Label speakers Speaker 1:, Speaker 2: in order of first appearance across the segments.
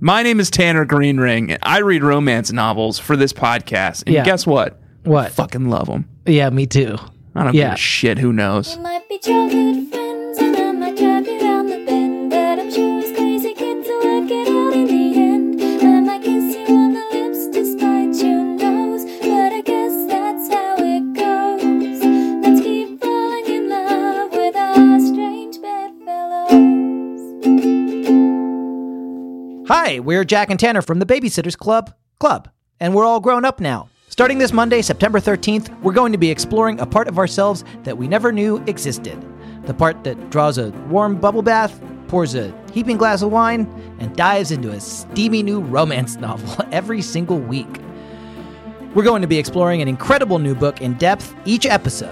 Speaker 1: My name is Tanner Greenring. and I read romance novels for this podcast. And
Speaker 2: Yeah.
Speaker 1: guess what?
Speaker 2: What?
Speaker 1: Fucking love them.
Speaker 2: Yeah, me too.
Speaker 1: I don't give
Speaker 2: Yeah.
Speaker 1: a shit who knows.
Speaker 3: We might be childhood friends, and I might drive you round the bend. But I'm sure as crazy kids will work it out in the end. I might kiss you on the lips despite your nose. But I guess that's how it goes. Let's keep falling in love with our strange bedfellows.
Speaker 4: Hi, we're Jack and Tanner from the Babysitters Club Club, and we're all grown up now. Starting this Monday, September 13th, we're going to be exploring a part of ourselves that we never knew existed. The part that draws a warm bubble bath, pours a heaping glass of wine, and dives into a steamy new romance novel every single week. We're going to be exploring an incredible new book in depth each episode.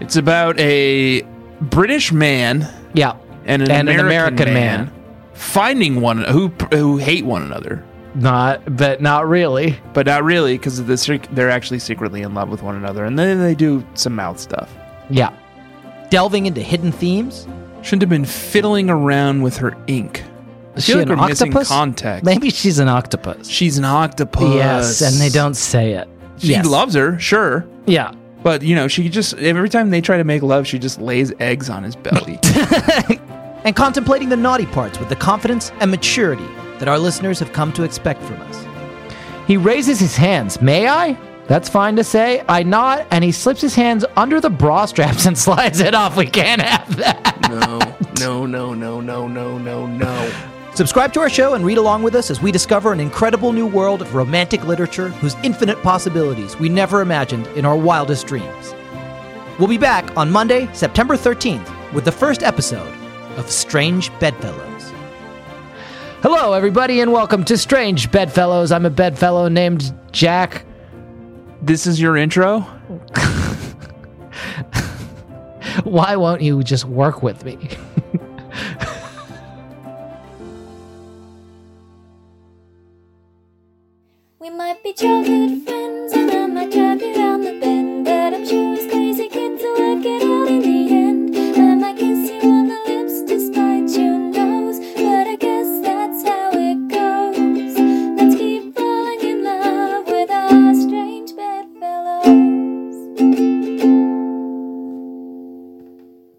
Speaker 1: It's about a British man
Speaker 2: Yeah.
Speaker 1: and an,
Speaker 2: And an
Speaker 1: American,
Speaker 2: American
Speaker 1: man,
Speaker 2: man.
Speaker 1: finding one who who hate one another,
Speaker 2: Not, but not really.
Speaker 1: but not really because the, sec- they're actually secretly in love with one another, and then they do some mouth stuff.
Speaker 2: Yeah.
Speaker 4: Delving into hidden themes.
Speaker 1: Shouldn't have been fiddling around with her ink. I
Speaker 2: Is
Speaker 1: feel
Speaker 2: she
Speaker 1: like
Speaker 2: an
Speaker 1: we're missing
Speaker 2: octopus?
Speaker 1: context.
Speaker 2: Maybe she's an octopus.
Speaker 1: She's an octopus.
Speaker 2: Yes, and they don't say it.
Speaker 1: She
Speaker 2: yes.
Speaker 1: loves her, sure,
Speaker 2: Yeah.
Speaker 1: but you know she just every time they try to make love, she just lays eggs on his belly.
Speaker 4: and contemplating the naughty parts with the confidence and maturity that our listeners have come to expect from us.
Speaker 2: He raises his hands. May I? That's fine to say. I nod, and he slips his hands under the bra straps and slides it off. We can't have that.
Speaker 1: no, no, no, no, no, no, no, no.
Speaker 4: Subscribe to our show and read along with us as we discover an incredible new world of romantic literature whose infinite possibilities we never imagined in our wildest dreams. We'll be back on Monday, September 13th, with the first episode of Strange Bedfellows.
Speaker 2: Hello, everybody, and welcome to Strange Bedfellows. I'm a bedfellow named Jack.
Speaker 1: This is your intro.
Speaker 2: Why won't you just work with me?